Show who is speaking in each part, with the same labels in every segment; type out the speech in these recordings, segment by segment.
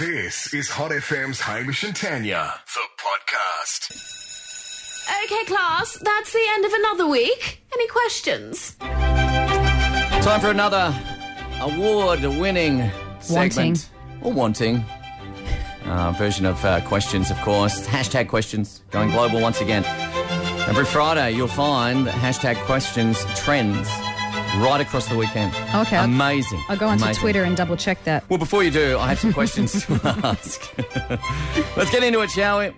Speaker 1: This is Hot FM's Hamish and Tanya, the podcast.
Speaker 2: Okay, class, that's the end of another week. Any questions?
Speaker 3: Time for another award-winning segment. Or wanting. Uh, version of uh, questions, of course. Hashtag questions going global once again. Every Friday, you'll find hashtag questions trends right across the weekend.
Speaker 4: Okay, I'll-
Speaker 3: Amazing.
Speaker 4: I'll go onto
Speaker 3: Amazing.
Speaker 4: Twitter and double check that.
Speaker 3: Well, before you do, I have some questions to ask. Let's get into it, shall we?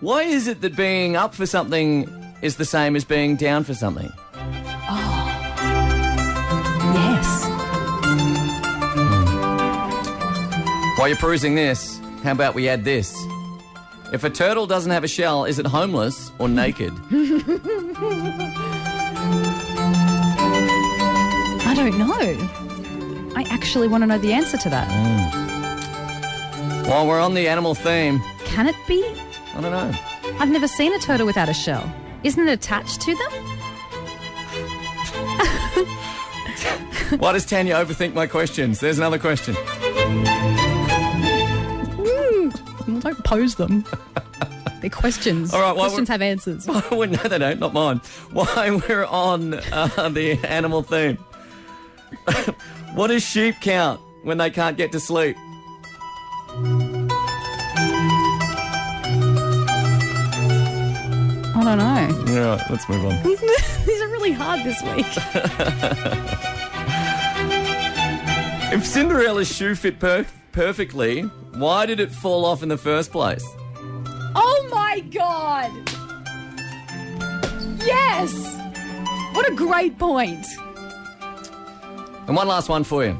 Speaker 3: Why is it that being up for something is the same as being down for something?
Speaker 4: Yes.
Speaker 3: While you're perusing this, how about we add this? If a turtle doesn't have a shell, is it homeless or naked?
Speaker 4: I don't know. I actually want to know the answer to that.
Speaker 3: While we're on the animal theme,
Speaker 4: Can it be?
Speaker 3: I don't know.
Speaker 4: I've never seen a turtle without a shell. Isn't it attached to them?
Speaker 3: Why does Tanya overthink my questions? There's another question.
Speaker 4: Hmm. Don't pose them. They're questions.
Speaker 3: All right, well,
Speaker 4: questions have answers.
Speaker 3: well, no, they don't. eh? Not mine. Why we're on uh, the animal theme? what does sheep count when they can't get to sleep?
Speaker 4: I don't know.
Speaker 3: All right, let's move on.
Speaker 4: These are really hard this week.
Speaker 3: If Cinderella's shoe fit per- perfectly, why did it fall off in the first place?
Speaker 4: Oh my god! Yes! What a great point.
Speaker 3: And one last one for you.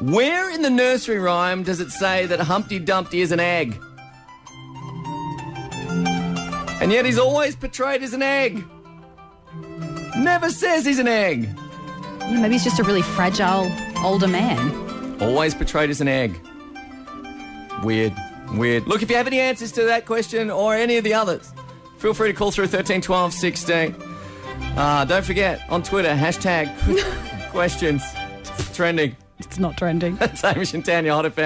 Speaker 3: Where in the nursery rhyme does it say that Humpty Dumpty is an egg? And yet he's always portrayed as an egg. Never says he's an egg.
Speaker 4: Yeah, maybe he's just a really fragile older man.
Speaker 3: Always portrayed as an egg. Weird. Weird. Look, if you have any answers to that question or any of the others, feel free to call through 13 12 16. Uh, don't forget, on Twitter, hashtag questions. It's trending.
Speaker 4: It's not trending.
Speaker 3: That's Hamish and Tanya Hot FM.